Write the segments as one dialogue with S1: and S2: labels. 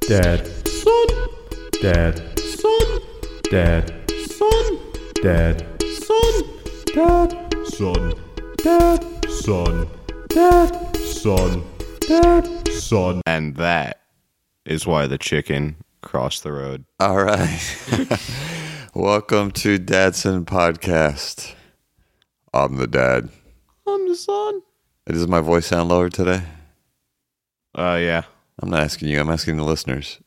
S1: Dad. Son. Dad. Son. Dad. Son. Dad. Son. Dad. Son. Dad. Son. Dad. Son. Dad. Son.
S2: And that is why the chicken crossed the road.
S3: All right. Welcome to Dadson Podcast. I'm the dad.
S2: I'm the son.
S3: Does my voice sound lower today?
S2: Uh, yeah.
S3: I'm not asking you. I'm asking the listeners.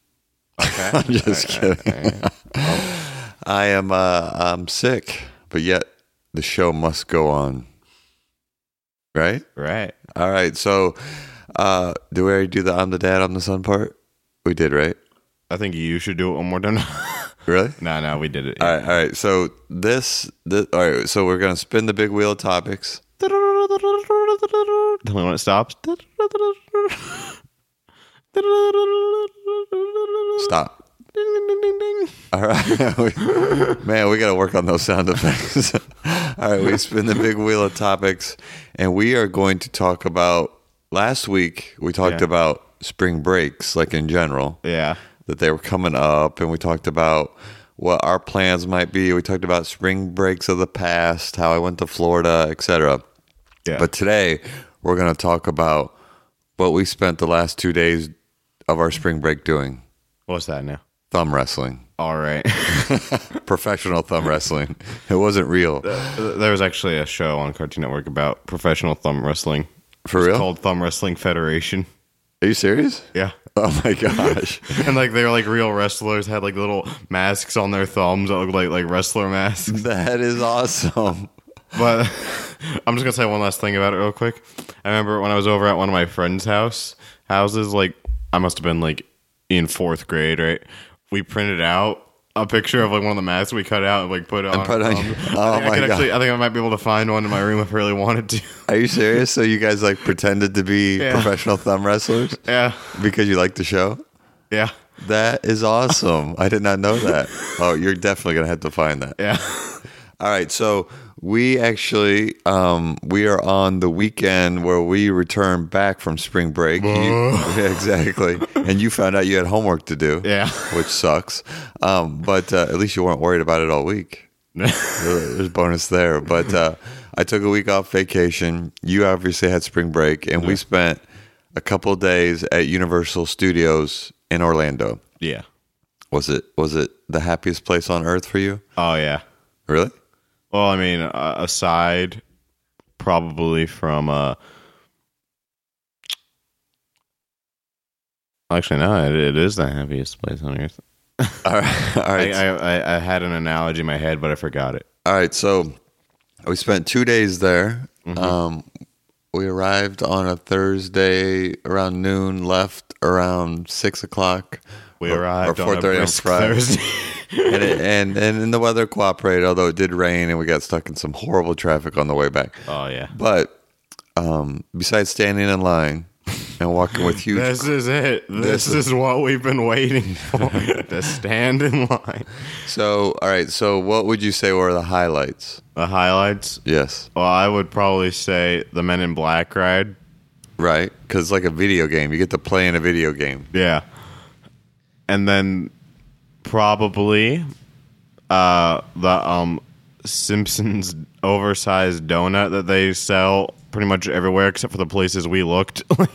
S2: Okay.
S3: I'm just kidding. I am. Uh, I'm sick, but yet the show must go on. Right.
S2: right.
S3: All right. So, uh, do we already do the "I'm the dad, I'm the son" part? We did, right?
S2: I think you should do it one more time.
S3: Really?
S2: no, no, we did it.
S3: All right. All right. So this. This. All right. So we're gonna spin the big wheel of topics.
S2: Tell me when it stops.
S3: Stop.
S2: Ding, ding, ding, ding, ding.
S3: All right. We- man, we got to work on those sound effects. All right. We spin the big wheel of topics, and we are going to talk about. Last week, we talked
S2: Yeah.
S3: about spring breaks, like in general,
S2: Yeah.
S3: that they were coming up, and we talked about what our plans might be. We talked about spring breaks of the past, how I went to Florida, etc.
S2: Yeah.
S3: But today, we're going to talk about what we spent the last two days of our spring break doing
S2: what's that now?
S3: thumb wrestling
S2: All right.
S3: professional thumb wrestling. It wasn't real.
S2: there was actually a show on Cartoon Network about professional thumb wrestling
S3: For real?
S2: called Thumb Wrestling Federation.
S3: Are you serious?
S2: Yeah.
S3: Oh my gosh.
S2: And like they were like real wrestlers had like little masks on their thumbs that looked like like wrestler masks.
S3: that is awesome.
S2: But I'm just gonna say one last thing about it real quick. I remember when I was over at one of my friends' house houses, like I must have been like in fourth grade, right? We printed out a picture of like one of the masks we cut out and like put it on.
S3: put
S2: our
S3: it on
S2: thumb.
S3: your- oh
S2: Um, I think I
S3: my
S2: could
S3: God.
S2: actually I think I might be able to find one in my room if I really wanted to.
S3: Are you serious? So you guys like pretended to be
S2: Yeah.
S3: professional thumb wrestlers
S2: yeah.
S3: because you liked the show?
S2: Yeah.
S3: That is awesome. I did not know that. Oh, you're definitely going to have to find that.
S2: Yeah.
S3: All right, so we actually um, we are on the weekend where we return back from spring break. You- Yeah, exactly, and you found out you had homework to do.
S2: Yeah.
S3: which sucks. Um, but uh, at least you weren't worried about it all week. There- There's bonus there. But uh, I took a week off vacation. You obviously had spring break, and we spent a couple days at Universal Studios in Orlando.
S2: yeah.
S3: Was it was it the happiest place on earth for you?
S2: Oh yeah.
S3: Really?
S2: Well, I mean, uh, aside probably from uh Actually, no, it, it is the happiest place on earth.
S3: All right, all
S2: I,
S3: right.
S2: I, I, I had an analogy in my head, but I forgot it.
S3: All right, so we spent two days there.
S2: Mm-hmm.
S3: Um, we arrived on a Thursday around noon, left around six o'clock,
S2: We
S3: Or- or
S2: arrived on a
S3: 4:30 on
S2: brisk
S3: Friday.
S2: Thursday.
S3: and, it, and and and the weather cooperated, although it did rain, and we got stuck in some horrible traffic on the way back.
S2: oh yeah,
S3: But um, besides standing in line and walking with huge,
S2: this is it. This,
S3: This is-
S2: is what we've been waiting for. to stand in line.
S3: so all right, so what would you say were the highlights?
S2: The highlights.
S3: Yes,
S2: Well, I would probably say the Men in Black ride.
S3: right, because like a video game, you get to play in a video game.
S2: Yeah. And then probably uh the um Simpsons oversized donut that they sell pretty much everywhere except for the places we looked.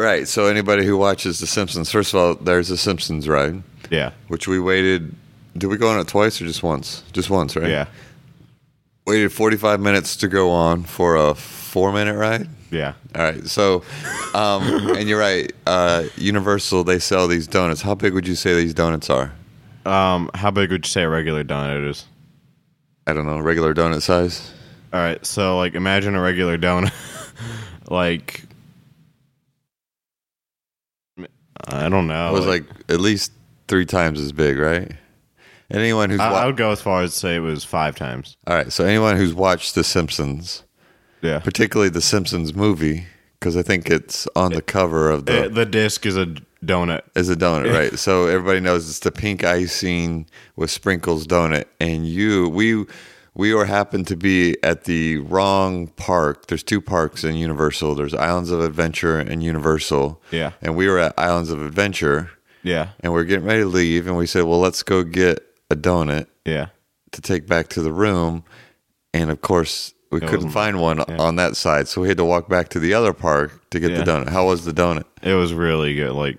S3: Right. So anybody who watches The Simpsons, first of all, there's a Simpsons ride,
S2: yeah.
S3: which we waited. Did we go on it twice or just once? Just once, right?
S2: Yeah.
S3: Waited 45 minutes to go on for a four-minute ride.
S2: Yeah.
S3: All right. So, um, and you're right. Uh, Universal, they sell these donuts. How big would you say these donuts are?
S2: Um how big would you say a regular donut is?
S3: I don't know. Regular donut size.
S2: All right. So like imagine a regular donut like I don't know.
S3: It was like at least three times as big, right? Anyone who's
S2: I, I
S3: wa-
S2: would go as far as to say it was 5 times.
S3: all right. So anyone who's watched The Simpsons,
S2: Yeah.
S3: particularly The Simpsons movie, because I think it's on the cover of the
S2: The, the disc is a donut.
S3: is a donut, right? So everybody knows it's the pink icing with sprinkles donut. And you, we, we were happened to be at the wrong park. There's two parks in Universal. There's Islands of Adventure and Universal.
S2: Yeah.
S3: And we were at Islands of Adventure,
S2: Yeah.
S3: and we are getting ready to leave, and we said, "Well, let's go get a donut
S2: Yeah.
S3: to take back to the room," and of course we couldn't
S2: wasn't-
S3: find one on that side, so we had to walk back to the other park to get
S2: Yeah.
S3: the donut. How was the donut?
S2: It was really good. Like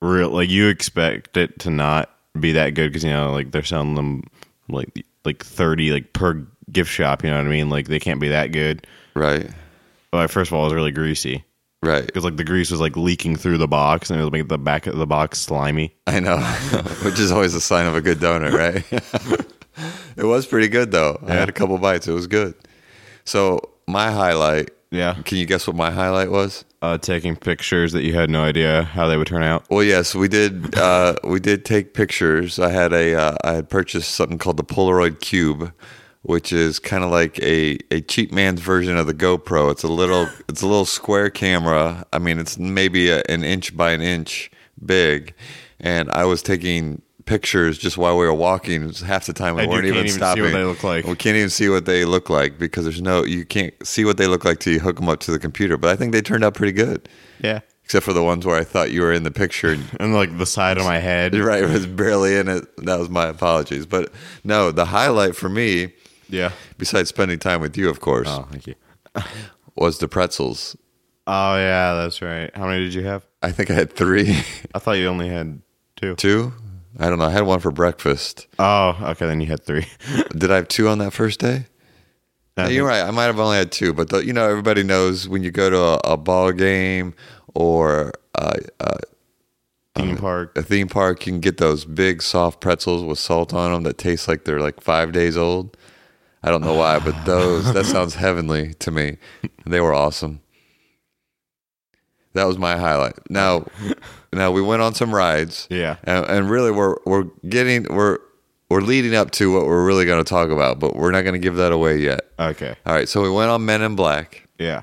S2: real like you expect it to not be that good cuz you know like they're selling them like like 30 like per gift shop, you know what I mean? Like they can't be that good.
S3: Right,
S2: But first of all, it was really greasy
S3: right.
S2: cuz like the grease was like leaking through the box and it would make the back of the box slimy.
S3: I know, which is always a sign of a good donut, right? it was pretty good though. I had a couple bites. It was good. So my highlight.
S2: Yeah.
S3: Can you guess what my highlight was?
S2: Uh taking pictures that you had no idea how they would turn out.
S3: Well, yes, we did. Uh, we did take pictures. I had a. Uh, I had purchased something called the Polaroid Cube, which is kind of like a, a cheap man's version of the GoPro. It's a little. It's a little square camera. I mean, it's maybe a, an inch by an inch big, and I was taking pictures just while we were walking. Half the time we
S2: And you
S3: weren't
S2: can't
S3: even
S2: even see what
S3: stopping.
S2: they look like.
S3: We can't even see what they look like because there's no. You can't see what they look like till you hook them up to the computer. But I think they turned out pretty good.
S2: Yeah.
S3: Except for the ones where I thought you were in the picture and
S2: And like the side of my head.
S3: you're right. It was barely in it. That was my apologies. But no, the highlight for me,
S2: Yeah.
S3: besides spending time with you, of course,
S2: Oh, thank you.
S3: was the pretzels.
S2: Oh yeah, that's right. How many did you have?
S3: I think I had three,
S2: I thought you only had two.
S3: two. I don't know. I had one for breakfast.
S2: Oh, okay. Then you had three.
S3: Did I have two on that first day?
S2: I
S3: you're right. I might have only had two, but the, you know, everybody knows when you go to a, a ball game or uh, uh,
S2: Theme park.
S3: a theme park, you can get those big soft pretzels with salt on them that taste like they're like five days old. I don't know why, but those that sounds heavenly to me. They were awesome. That was my highlight. Now, now we went on some rides,
S2: Yeah.
S3: and, and really we're we're getting we're we're leading up to what we're really going to talk about, but we're not going to give that away yet.
S2: Okay.
S3: All right, so we went on Men in Black
S2: Yeah.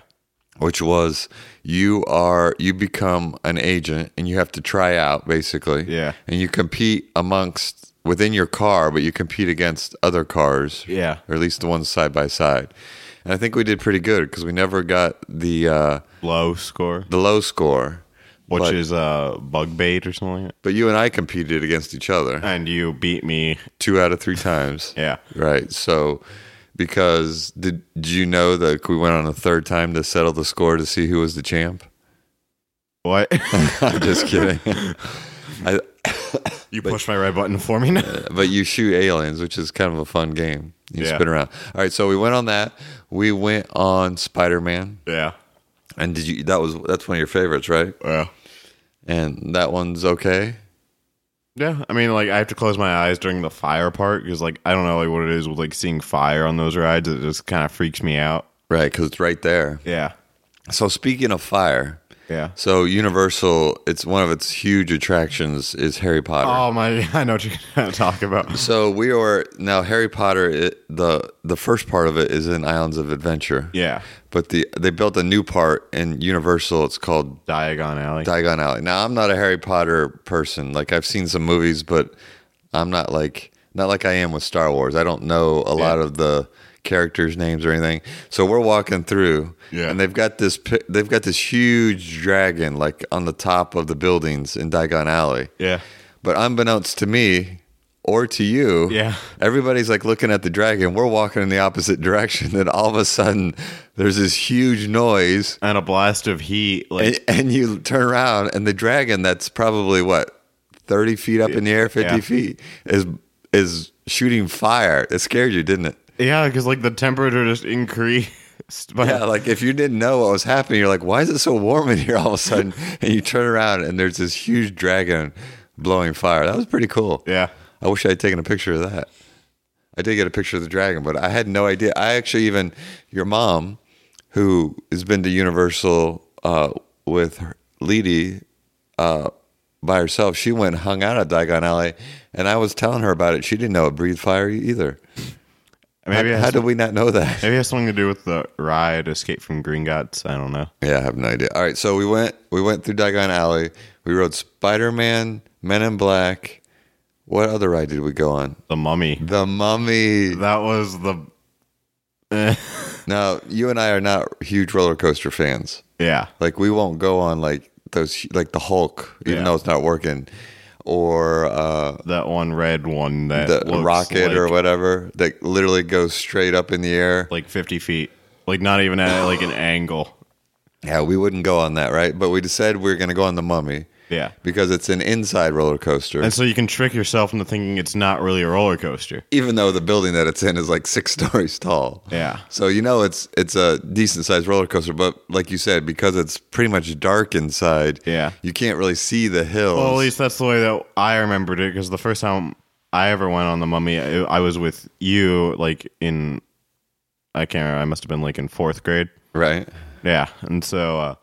S3: which was you are you become an agent and you have to try out basically.
S2: Yeah.
S3: And you compete amongst within your car, but you compete against other cars.
S2: Yeah.
S3: Or at least the ones side by side. And I think we did pretty good because we never got the uh,
S2: Low score,
S3: the low score,
S2: which
S3: but,
S2: is uh bug bait or something. like
S3: but you and I competed against each other
S2: that. And you beat me.
S3: two out of three times.
S2: Yeah.
S3: Right. So because did, did you know that we went on a third time to settle the score to see who was the champ?
S2: What?
S3: I'm just kidding. I,
S2: you pushed my red button for me. Now.
S3: but you shoot aliens, which is kind of a fun game. You
S2: Yeah.
S3: spin around. All right, so we went on that. We went on Spider Man,
S2: yeah.
S3: and did you? That was that's one of your favorites, right?
S2: Yeah.
S3: And that one's okay.
S2: Yeah. I mean, like I have to close my eyes during the fire part because, like, I don't know, like what it is with like seeing fire on those rides. It just kind of freaks me out.
S3: Right, because it's right there.
S2: Yeah.
S3: So speaking of fire,
S2: Yeah.
S3: so Universal, it's one of its huge attractions is Harry Potter.
S2: Oh my! I know what you're gonna talk about.
S3: So we are now Harry Potter. It, the the first part of it is in Islands of Adventure.
S2: Yeah.
S3: But the they built a new part in Universal. It's called
S2: Diagon Alley.
S3: Diagon Alley. Now I'm not a Harry Potter person. Like I've seen some movies, but I'm not like not like I am with Star Wars. I don't know a lot of the characters' names or anything. So we're walking through,
S2: Yeah.
S3: and they've got this pi- they've got this huge dragon like on the top of the buildings in Diagon Alley.
S2: yeah.
S3: But unbeknownst to me or to you,
S2: Yeah.
S3: everybody's like looking at the dragon. We're walking in the opposite direction. Then all of a sudden, there's this huge noise
S2: And a blast of heat. Like
S3: and, and you turn around and the dragon that's probably what 30 feet up in the air 50
S2: Yeah.
S3: feet is is shooting fire it scared you didn't it
S2: Yeah, because like the temperature just increased. By,
S3: yeah like if you didn't know what was happening you're like why is it so warm in here all of a sudden and you turn around and there's this huge dragon blowing fire that was pretty cool
S2: yeah,
S3: i wish i had taken a picture of that i did get a picture of the dragon but i had no idea i actually even your mom who has been to universal uh, with her, Leedy, by herself. She went and hung out at Diagon Alley, and I was telling her about it. She didn't know it breathed fire e-, either.
S2: maybe it
S3: how,
S2: has,
S3: how did we not know that?
S2: maybe it has something to do with the ride Escape from Gringotts. I don't know.
S3: Yeah, I have no idea. All right, so we went we went through Diagon Alley. We rode Spider Man, Men in Black. What other ride did we go on?
S2: The Mummy.
S3: The Mummy.
S2: That was the
S3: Now you and I are not huge roller coaster fans.
S2: yeah.
S3: Like we won't go on like those like the Hulk, even
S2: Yeah.
S3: though it's not working, or uh,
S2: That one red one that
S3: the
S2: looks
S3: rocket
S2: like,
S3: or whatever that literally goes straight up in the air.
S2: like fifty feet, like not even at like an angle.
S3: Yeah, we wouldn't go on that, right? But we decided we were going to go on the Mummy.
S2: Yeah.
S3: because it's an inside roller coaster.
S2: And so you can trick yourself into thinking it's not really a roller coaster.
S3: even though the building that it's in is like six stories tall.
S2: Yeah.
S3: So you know it's it's a decent sized roller coaster, but like you said, because it's pretty much dark inside,
S2: Yeah.
S3: you can't really see the hills.
S2: Well, at least that's the way that I remembered it because the first time I ever went on the Mummy, I, I was with you, like in I can't remember. I must have been like in fourth grade.
S3: right?
S2: Yeah, and so uh,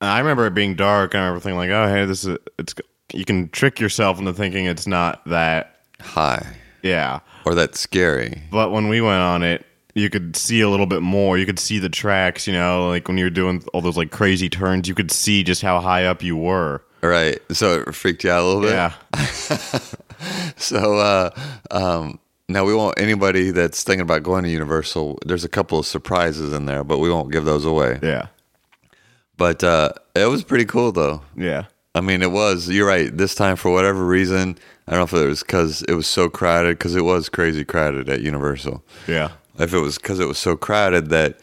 S2: and I remember it being dark. and I remember thinking like, oh hey, this is it's. You can trick yourself into thinking it's not that.
S3: High
S2: Yeah,
S3: or that's scary.
S2: but when we went on it. You could see a little bit more. You could see the tracks, you know, like when you were doing all those like crazy turns, you could see just how high up you were.
S3: Right. So it freaked you out a little bit.
S2: Yeah.
S3: So uh, um, now we want anybody that's thinking about going to Universal. There's a couple of surprises in there, but we won't give those away.
S2: Yeah.
S3: But uh, it was pretty cool though.
S2: Yeah.
S3: I mean, it was. You're right. This time, for whatever reason, I don't know if it was because it was so crowded, because it was crazy crowded at Universal.
S2: Yeah.
S3: If it was because it was so crowded that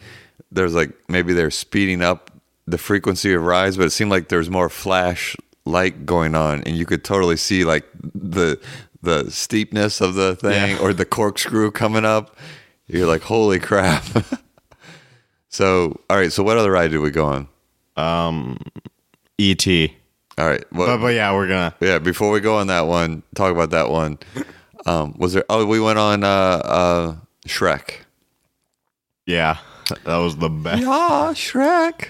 S3: there's like maybe they're speeding up the frequency of rise, but it seemed like there's more flash light going on, and you could totally see like the the steepness of the thing or the corkscrew coming up. You're like, holy crap! so, all right. So, what other ride did we go on? E
S2: E.T.
S3: All right. What,
S2: But, but yeah, we're gonna.
S3: Yeah, before we go on that one, talk about that one. Um, was there? Oh, we went on uh, uh, Shrek.
S2: Yeah, that was the best.
S3: Yeah, Shrek.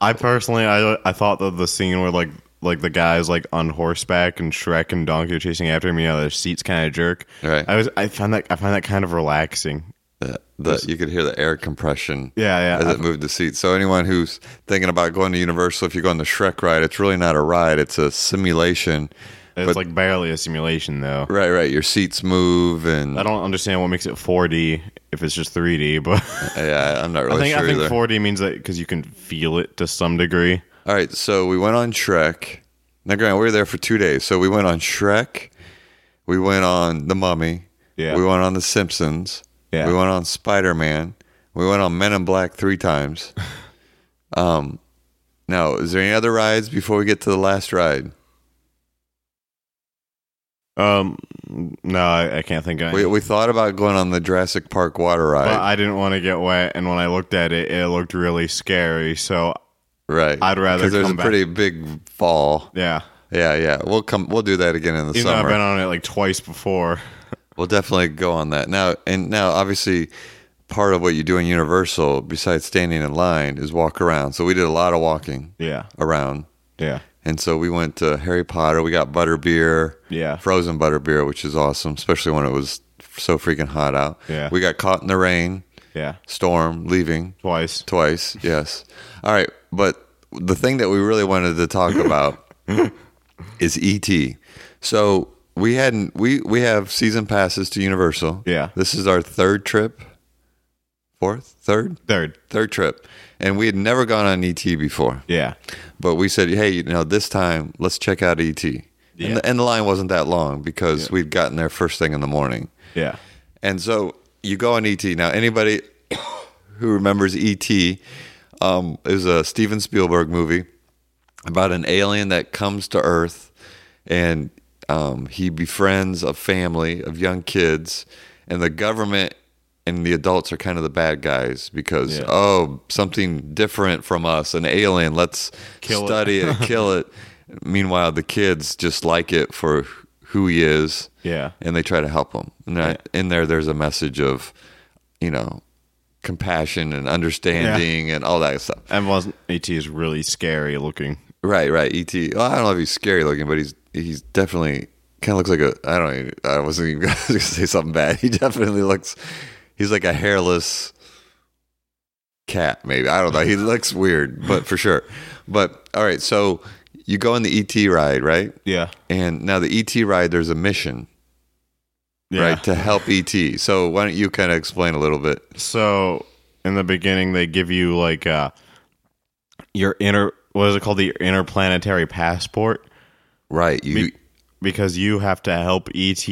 S2: I personally, I I thought that the scene where like like the guys like on horseback and Shrek and Donkey are chasing after him, you know, their seats kind of jerk.
S3: Right.
S2: I was I found that I find that kind of relaxing.
S3: The, the, you could hear the air compression
S2: Yeah,
S3: as
S2: yeah.
S3: it moved the seat. So anyone who's thinking about going to Universal, if you go on the Shrek ride, it's really not a ride; it's a simulation.
S2: it's like barely a simulation though.
S3: Right, right. Your seats move, and
S2: I don't understand what makes it 4D if it's just 3D, but
S3: yeah, I'm
S2: I
S3: not really
S2: think
S3: sure
S2: I think
S3: either.
S2: 4D means that because you can feel it to some degree.
S3: All right, so we went on Shrek. Now, Grant, we were there for two days. So we went on Shrek. We went on The Mummy.
S2: Yeah.
S3: We went on The Simpsons.
S2: Yeah.
S3: We went on Spider Man. We went on Men in Black three times. um, now, is there any other rides before we get to the last ride?
S2: Um, no, I, I can't think of.
S3: We, we thought about going on the Jurassic Park water
S2: But
S3: ride.
S2: I didn't want to get wet, and when I looked at it, it looked really scary. So
S3: right.
S2: I'd rather
S3: Because there's
S2: come
S3: a
S2: back.
S3: pretty big fall.
S2: yeah,
S3: Yeah, yeah. We'll come. We'll do that again in the
S2: even though
S3: summer.
S2: I've been on it like twice before.
S3: We'll definitely go on that now. And now, obviously, part of what you do in Universal, besides standing in line, is walk around. So we did a lot of walking
S2: Yeah,
S3: around,
S2: yeah,
S3: and so we went to Harry Potter. We got butterbeer,
S2: Yeah.
S3: frozen butterbeer, which is awesome, especially when it was so freaking hot out.
S2: Yeah.
S3: we got caught in the rain,
S2: yeah,
S3: storm, leaving
S2: twice.
S3: twice. Yes. All right, but the thing that we really wanted to talk about is ET. So we hadn't we we have season passes to Universal.
S2: Yeah.
S3: This is our third trip. Fourth, third,
S2: Third,
S3: third trip, and we had never gone on ET before.
S2: yeah,
S3: But we said, hey, you know, this time let's check out ET. And,
S2: Yeah.
S3: the, and the line wasn't that long because we'd gotten there first thing in the morning.
S2: yeah,
S3: And so you go on ET. Now, anybody who remembers ET um, is a Steven Spielberg movie about an alien that comes to Earth and um, he befriends a family of young kids, and the government and the adults are kind of the bad guys because,
S2: Yeah.
S3: oh, something different from us, an alien, let's
S2: Kill it.
S3: study it, kill it. Meanwhile, the kids just like it for who he is
S2: yeah,
S3: and they try to help them. And I, in there, there's a message of, you know, compassion and understanding and all that stuff.
S2: and wasn't At is really scary looking.
S3: Right, right. Et. Well, I don't know if he's scary looking, but he's he's definitely kind of looks like a. I don't. Even, I wasn't even going to say something bad. He definitely looks. He's like a hairless cat. Maybe I don't know. He looks weird, but for sure. But all right, so you go on the ET ride, right?
S2: Yeah,
S3: And now the ET ride, there's a mission.
S2: yeah.
S3: right, to help ET. So why don't you kind of explain a little bit?
S2: So in the beginning, they give you like uh, your inner what is it called the interplanetary passport
S3: Right. You
S2: Be- because you have to help ET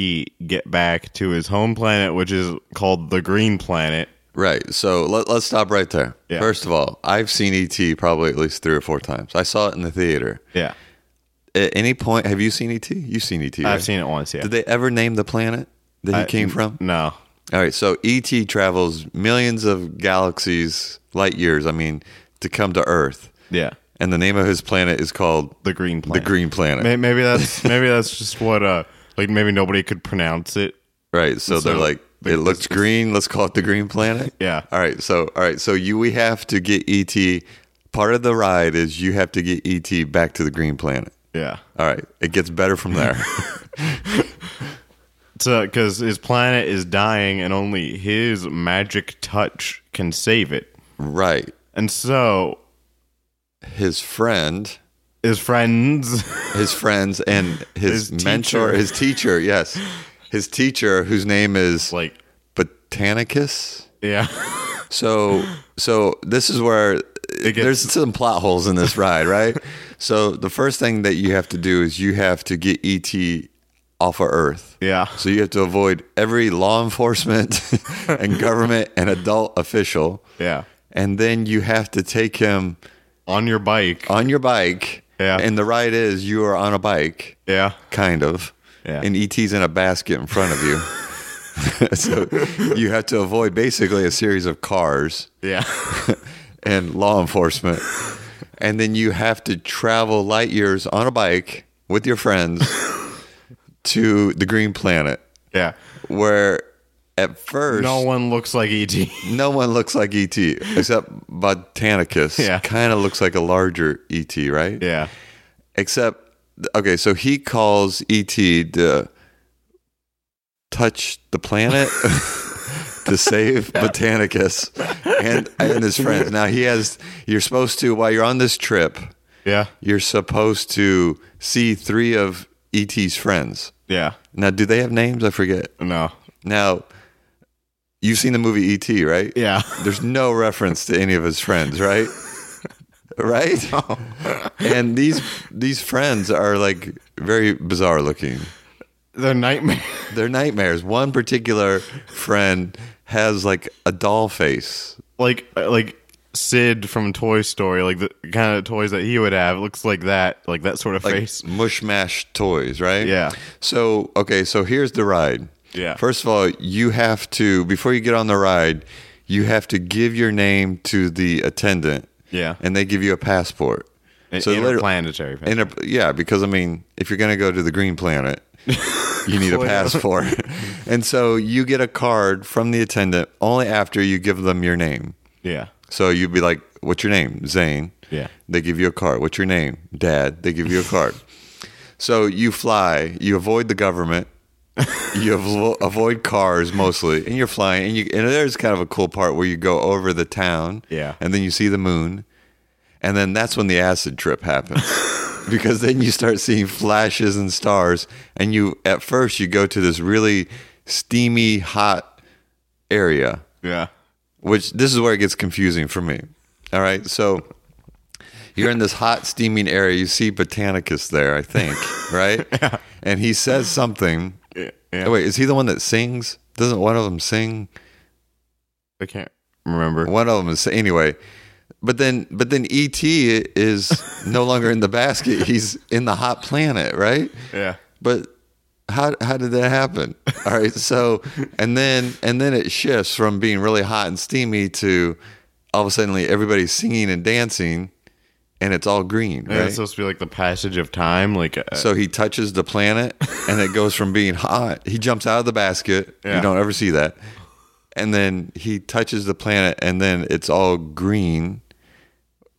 S2: get back to his home planet, which is called the Green Planet.
S3: right. So let, let's stop right there.
S2: Yeah.
S3: First of all, I've seen ET probably at least three or four times. I saw it in the theater.
S2: Yeah,
S3: At any point, have you seen ET? You've seen ET. Right?
S2: I've seen it once. Yeah,
S3: Did they ever name the planet that he came from?
S2: no,
S3: All right, so ET travels millions of galaxies, light years, I mean, to come to Earth.
S2: yeah,
S3: And the name of his planet is called
S2: the Green
S3: the
S2: Planet.
S3: Green Planet.
S2: May- Maybe that's maybe that's just what uh like maybe nobody could pronounce it.
S3: Right. So, they're
S2: So-
S3: like, it looks green. Let's call it the Green Planet.
S2: Yeah.
S3: All right. So, all right. So you, we have to get ET. Part of the ride is you have to get ET back to the Green Planet.
S2: Yeah,
S3: All right. It gets better from there.
S2: so because his planet is dying and only his magic touch can save it,
S3: right.
S2: and so
S3: His friend,
S2: his friends.
S3: his friends, and his,
S2: His
S3: mentor,
S2: teacher.
S3: his teacher. Yes. His teacher, whose name is
S2: like
S3: Botanicus.
S2: yeah
S3: So, so this is where
S2: gets-
S3: there's some plot holes in this ride, right? so, the first thing that you have to do is you have to get ET off of Earth.
S2: yeah
S3: So you have to avoid every law enforcement and government and adult official,
S2: yeah
S3: and then you have to take him
S2: on your bike
S3: on your bike.
S2: Yeah.
S3: And the ride is you are on a bike,
S2: yeah
S3: kind of.
S2: Yeah.
S3: And ET's in a basket in front of you. so you have to avoid basically a series of cars.
S2: yeah
S3: and law enforcement. And then you have to travel light years on a bike with your friends to the green planet,
S2: yeah
S3: where at first
S2: no one looks like E et
S3: no one looks like ET except Botanicus.
S2: Yeah.
S3: Kind of looks like a larger ET, right?
S2: yeah
S3: Except, okay, so he calls ET to touch the planet to save Botanicus and, and his friends. Now, he has, you're supposed to, while you're on this trip,
S2: yeah
S3: you're supposed to see three of ET's friends.
S2: yeah
S3: Now, do they have names? I forget.
S2: no
S3: Now, you've seen the movie ET, right?
S2: yeah
S3: There's no reference to any of his friends, right? Right? And these these friends are like very bizarre looking.
S2: the nightmare
S3: They're nightmares. One particular friend has like a doll face.
S2: like uh, like Sid from Toy Story, like the kind of toys that he would have, It looks like that, like that sort of
S3: Like
S2: face.
S3: mush mash toys, right?
S2: Yeah.
S3: So okay, so here's the ride.
S2: Yeah.
S3: First of all, you have to before you get on the ride, you have to give your name to the attendant.
S2: Yeah.
S3: And they give you a passport.
S2: So
S3: literally-
S2: interplanetary.
S3: In a, yeah, because I mean, if you're going to go to the green planet, you need a passport. and so you get a card from the attendant only after you give them your name.
S2: yeah,
S3: So you'd be like, What's your name? Zane.
S2: Yeah.
S3: They give you a card. What's your name? Dad. They give you a card. so you fly, you avoid the government. you avo- avoid cars mostly, and you're flying. And, you, and there's kind of a cool part where you go over the town,
S2: Yeah.
S3: and then you see the moon, and then that's when the acid trip happens, because then you start seeing flashes and stars. And you, at first, you go to this really steamy, hot area,
S2: yeah,
S3: which this is where it gets confusing for me. All right, so you're in this hot steaming area. You see Botanicus there, I think, right? And he says something.
S2: yeah. yeah.
S3: Oh, Wait, is he the one that sings? Doesn't one of them sing?
S2: I can't remember.
S3: One of them is anyway. But then, but then ET is no longer in the basket. He's in the hot planet, right?
S2: Yeah,
S3: But how how did that happen? All right, so and then and then it shifts from being really hot and steamy to all of a sudden everybody's singing and dancing, and it's all green,
S2: Yeah,
S3: right?
S2: it's
S3: So,
S2: supposed to be like the passage of time. Like, uh,
S3: he touches the planet, and it goes from being hot. He jumps out of the basket. You
S2: Yeah.
S3: don't ever see that. And then he touches the planet, and then it's all green.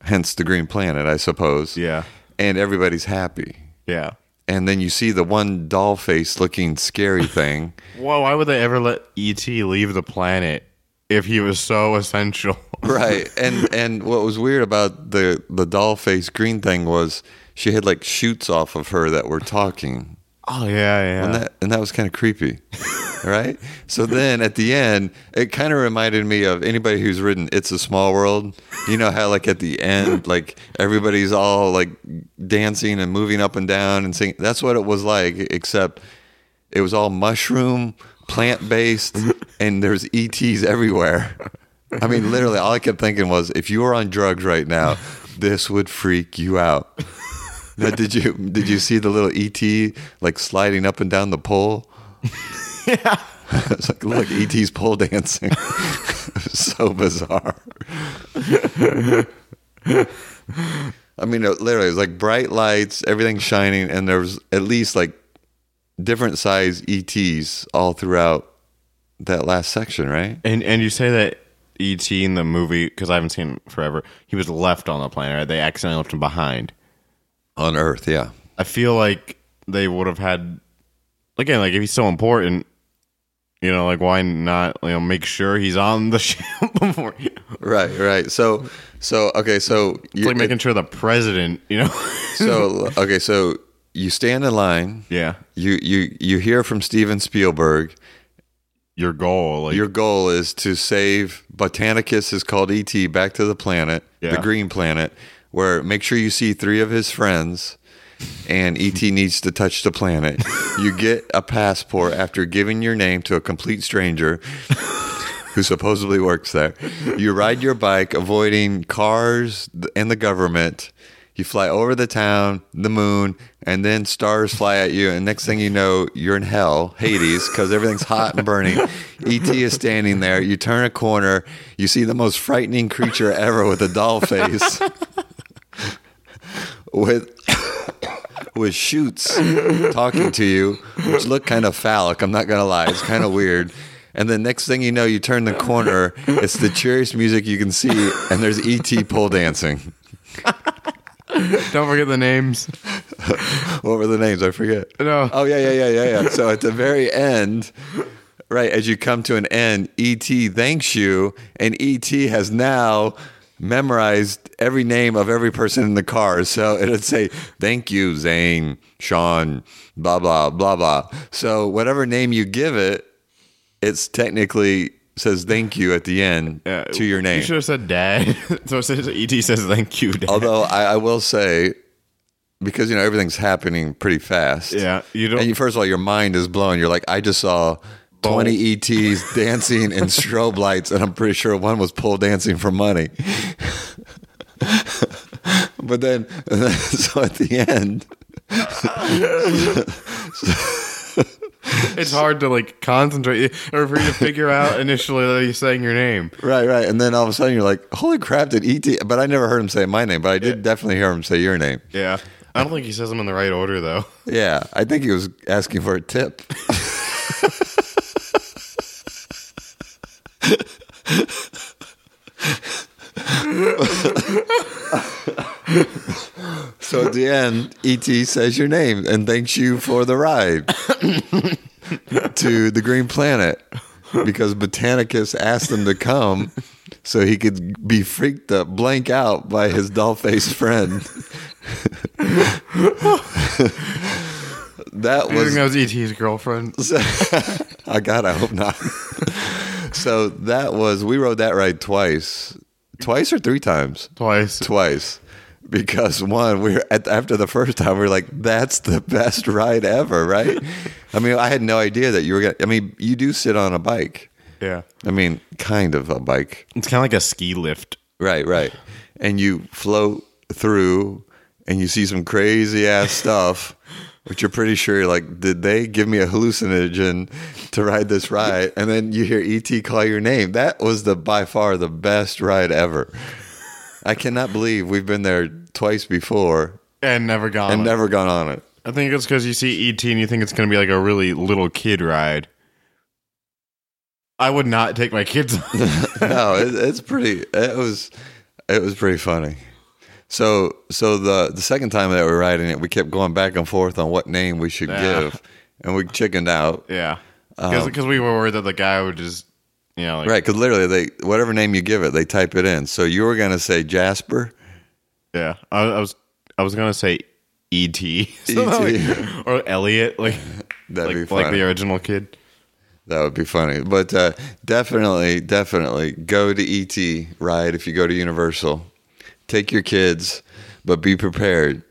S3: Hence the green planet, I suppose.
S2: yeah,
S3: And everybody's happy
S2: yeah.
S3: and then you see the one doll face looking scary thing.
S2: Whoa, why would they ever let ET leave the planet if he was so essential?
S3: right. And and what was weird about the the doll face green thing was she had like shoots off of her that were talking.
S2: Oh yeah, yeah.
S3: and that and that was kind of creepy, right? So then at the end, it kind of reminded me of anybody who's written "It's a Small World." You know how like at the end, like everybody's all like dancing and moving up and down and singing. That's what it was like, except it was all mushroom, plant based, and there's ETs everywhere. I mean, literally, all I kept thinking was, if you were on drugs right now, this would freak you out. Now, did you did you see the little ET like sliding up and down the pole? yeah, it's like look, ET's pole dancing. so bizarre. I mean, it literally, it was like bright lights, everything shining, and there was at least like different size ETs all throughout that last section, right?
S2: And and you say that ET in the movie because I haven't seen it forever. He was left on the planet. Right? They accidentally left him behind.
S3: On Earth, yeah.
S2: I feel like they would have had again, like if he's so important, you know, like why not you know make sure he's on the ship before it's
S3: Right, right. So, so okay, so you,
S2: like making sure the president, you know,
S3: so okay, so you stand in line.
S2: yeah,
S3: you you you hear from Steven Spielberg.
S2: your goal, like
S3: Your goal is to save Botanicus is called ET back to the planet,
S2: Yeah.
S3: the green planet, where make sure you see three of his friends and ET needs to touch the planet. You get a passport after giving your name to a complete stranger who supposedly works there. You ride your bike avoiding cars and the government. You fly over the town, the moon, and then stars fly at you. And next thing you know, you're in hell, Hades, because everything's hot and burning. ET is standing there. You turn a corner. You see the most frightening creature ever with a doll face, with with shoots talking to you, which look kind of phallic. I'm not gonna lie, it's kind of weird. And then next thing you know, you turn the corner. It's the cheeriest music you can see, and there's ET pole dancing.
S2: don't forget the names.
S3: What were the names? I forget.
S2: No.
S3: Oh yeah, yeah, yeah, yeah, yeah. So at the very end, right as you come to an end, ET thanks you, and ET has now memorized every name of every person in the car. So it'd say, "Thank you, Zane, Sean, blah blah blah blah." So whatever name you give it, it's technically says thank you at the end
S2: Yeah,
S3: to your name.
S2: You should have said dad. so it says ET says thank you, dad.
S3: Although I, I will say, because you know everything's happening pretty fast.
S2: yeah, you don't.
S3: And you, first of all, your mind is blown. You're like, I just saw 20 ETs dancing in strobe lights, and I'm pretty sure one was pole dancing for money. but then, so at the end,
S2: it's hard to like concentrate or for you to figure out initially that he's saying your name.
S3: right, right. And then all of a sudden, you're like, holy crap, did ET? But I never heard him say my name, but I did definitely hear him say your name.
S2: Yeah, I don't think he says them in the right order though.
S3: Yeah, I think he was asking for a tip. so at the end, ET says your name and thanks you for the ride to the Green Planet because Botanicus asked him to come so he could be freaked up, blank out by his doll faced friend. that
S2: You think
S3: was
S2: that was ET's E girlfriend?
S3: I got. I hope not. so that was we rode that ride twice, twice or three times,
S2: Twice.
S3: twice, because one we were at, after the first time we were like, "That's the best ride ever," right? I mean, I had no idea that you were gonna. I mean, you do sit on a bike.
S2: Yeah,
S3: I mean, kind of a bike.
S2: it's kind of like a ski lift.
S3: Right, right. And you float through and you see some crazy ass stuff, which you're pretty sure you're like, did they give me a hallucinogen to ride this ride? And then you hear ET call your name. That was the by far the best ride ever. I cannot believe we've been there twice before
S2: And never gone.
S3: and never gone on it.
S2: I think it's because you see ET and you think it's going to be like a really little kid ride. I would not take my kids.
S3: no, it, it's pretty. It was, it was pretty funny. So, so the the second time that we were riding it, we kept going back and forth on what name we should
S2: Yeah.
S3: give, and we chickened out.
S2: yeah, because we were worried that the guy would just, you know, like,
S3: Um, Right, because literally, they whatever name you give it, they type it in. So you were gonna say Jasper.
S2: yeah. I, I was, I was going to say E.T. Somehow,
S3: E.T..
S2: like- or Elliot, like
S3: E That'd
S2: like,
S3: be
S2: like
S3: funny.
S2: the original kid.
S3: That would be funny. But uh, definitely, definitely go to ET ride if you go to Universal. Take your kids, but be prepared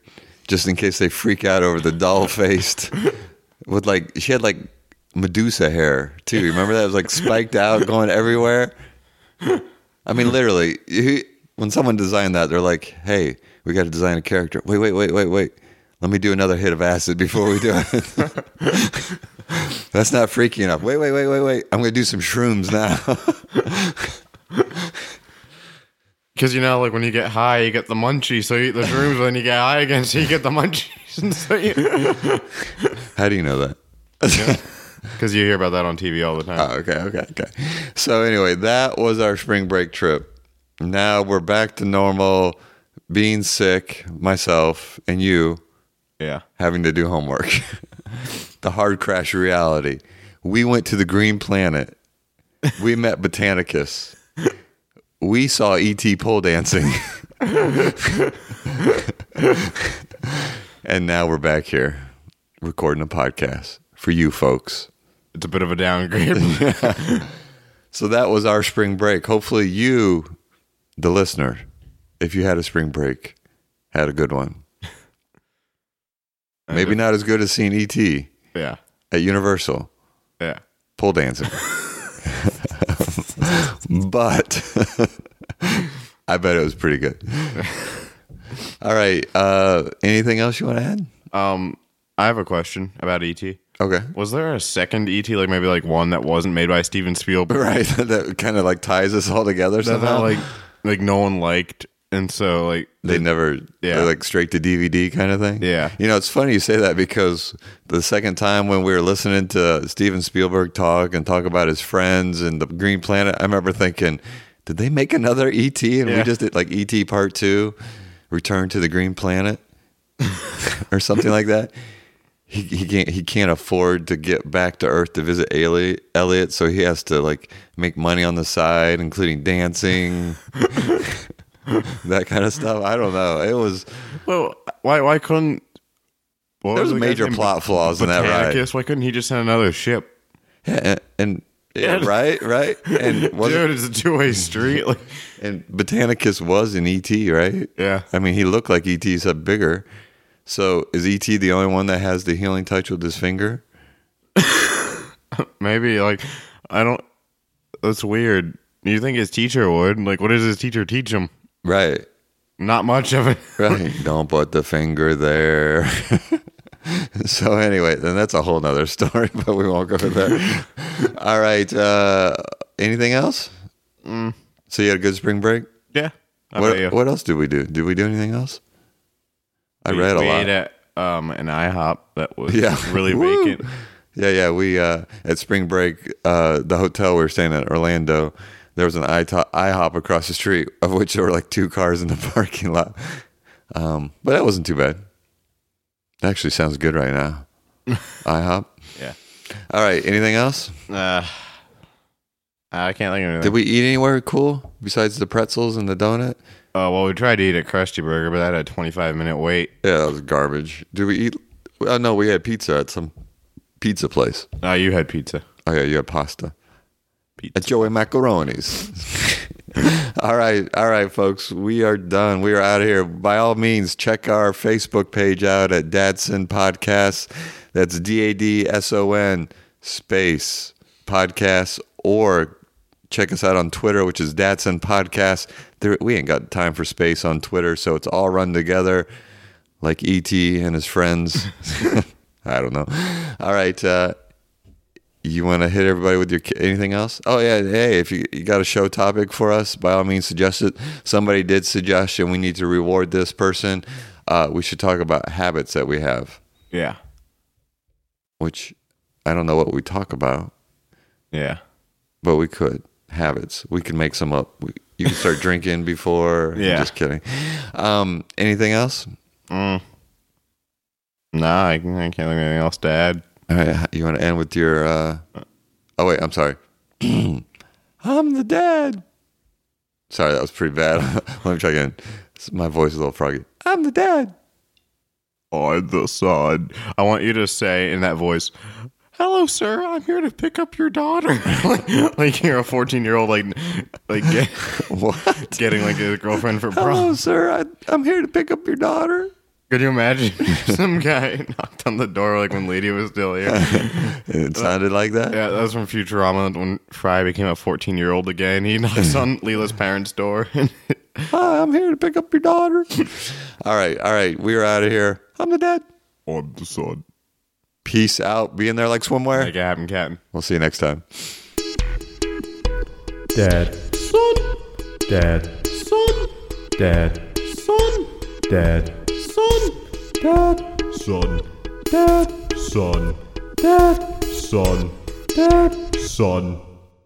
S3: just in case they freak out over the doll faced with like, she had like Medusa hair too. Remember that? It was like spiked out going everywhere. I mean, literally, you- when someone designed that, they're like, hey, we got to design a character. Wait, wait, wait, wait, wait. Let me do another hit of acid before we do it. That's not freaky enough. Wait, wait, wait, wait, wait. I'm gonna do some shrooms now.
S2: Because you know, like when you get high, you get the munchies. So you eat the shrooms, and then you get high again, so you get the munchies. And so you,
S3: How do you know that?
S2: because you hear about that on TV all the time.
S3: Oh, okay, okay, okay. So anyway, that was our spring break trip. Now we're back to normal. Being sick, myself and you
S2: yeah,
S3: having to do homework. the hard crash reality. We went to the green planet. We met Botanicus. We saw ET pole dancing. and now we're back here recording a podcast for you folks.
S2: it's a bit of a downgrade.
S3: So that was our spring break. Hopefully, you, the listener, if you had a spring break, had a good one. Maybe not as good as seeing ET
S2: yeah,
S3: at Universal.
S2: yeah.
S3: pole dancing. but I bet it was pretty good. All right. Uh, anything else you want to add?
S2: Um, I have a question about ET.
S3: Okay.
S2: Was there a second ET, like maybe like one that wasn't made by Steven Spielberg
S3: Right. that kind of like ties us all together
S2: that, that
S3: somehow.
S2: like like no one liked, and so like
S3: they never,
S2: Yeah.
S3: they're like straight to DVD kind of thing.
S2: Yeah.
S3: You know, it's funny you say that because the second time when we were listening to Steven Spielberg talk and talk about his friends and the Green Planet, I remember thinking, did they make another ET? And we
S2: Yeah.
S3: just did like ET Part Two, Return to the Green Planet, or something like that. He, he can't he can't afford to get back to Earth to visit Ali- Elliot, so he has to like make money on the side, including dancing, that kind of stuff. I don't know. It was
S2: well, why why couldn't what
S3: there was
S2: the guy's
S3: major
S2: name?
S3: plot flaws in that ride.
S2: Botanicus, Why couldn't he just send another ship?
S3: Yeah, and yeah,
S2: Yeah.
S3: right, right. And was
S2: Dude, it's a two way street. Like,
S3: and Botanicus was an ET, right?
S2: Yeah.
S3: I mean, he looked like ET, except bigger. So is ET the only one that has the healing touch with his finger?
S2: maybe like I don't. That's weird. You think his teacher would? Like, what does his teacher teach him?
S3: Right,
S2: Not much of it.
S3: right. Don't put the finger there. so anyway, then that's a whole nother story, but we won't go there. All right. Uh, anything else?
S2: Mm.
S3: So you had a good spring break.
S2: yeah. I bet you.
S3: What, what else did we do? Did we do anything else? I read a
S2: we
S3: lot.
S2: Ate at um, an IHOP that was
S3: Yeah.
S2: really
S3: Woo.
S2: vacant.
S3: Yeah, yeah. We uh, at spring break, uh, the hotel we were staying at in Orlando, there was an ITO- IHOP across the street, of which there were like two cars in the parking lot. Um, but that wasn't too bad. That actually sounds good right now. IHOP.
S2: Yeah.
S3: All right. Anything else?
S2: Uh, I can't think of anything.
S3: Did we eat anywhere cool besides the pretzels and the donut?
S2: uh, well, we tried to eat at Krusty Burger, but that had a 25 minute wait.
S3: Yeah, that was garbage. Did we eat? Oh no, we had pizza at some pizza place.
S2: No, Uh, you had pizza.
S3: Oh yeah, you had pasta.
S2: Pizza.
S3: At Joey Macaroni's. all right, all right, folks. We are done. We are out of here. By all means, check our Facebook page out at Dadson Podcasts. That's D A D S O N space podcasts, or check us out on Twitter, which is Dadson Podcasts. There, we ain't got time for space on Twitter, so it's all run together like ET and his friends. I don't know. All right. Uh, you want to hit everybody with your anything else? Oh yeah, hey, if you, you got a show topic for us, by all means suggest it. Somebody did suggest, and we need to reward this person. Uh, we should talk about habits that we have,
S2: Yeah.
S3: which I don't know what we talk about,
S2: Yeah.
S3: but we could habits. We could make some up. We, you can start drinking before.
S2: Yeah.
S3: just kidding. Um, anything else?
S2: Mm. Nah, I, can, I can't think of anything else to add.
S3: All right, you want to end with your? Uh, oh wait, I'm sorry. I'm the dad. Sorry, that was pretty bad. Let me try again. S- My voice is a little froggy. I'm the dad.
S2: on the sun. I want you to say in that voice, "Hello, sir. I'm here to pick up your daughter." like, like you're a 14 year old, like like get,
S3: What?
S2: getting like a girlfriend for prom.
S3: Hello, sir. I, I'm here to pick up your daughter.
S2: Could you imagine some guy knocked on the door like when Lady was still here?
S3: It sounded like that.
S2: Yeah, that was from Futurama when Fry became a 14 year old again. He knocks on Leela's parents' door.
S3: Hi, I'm here to pick up your daughter. all right, all right. We're out of here. I'm the dad.
S2: on the sun.
S3: Peace out. Be in there like swimwear.
S2: Like it happened, Captain.
S3: We'll see you next time.
S1: Dad, son, dad, son, dad, son, dad, son, dad, son, dad, son, dad, son, dad, son.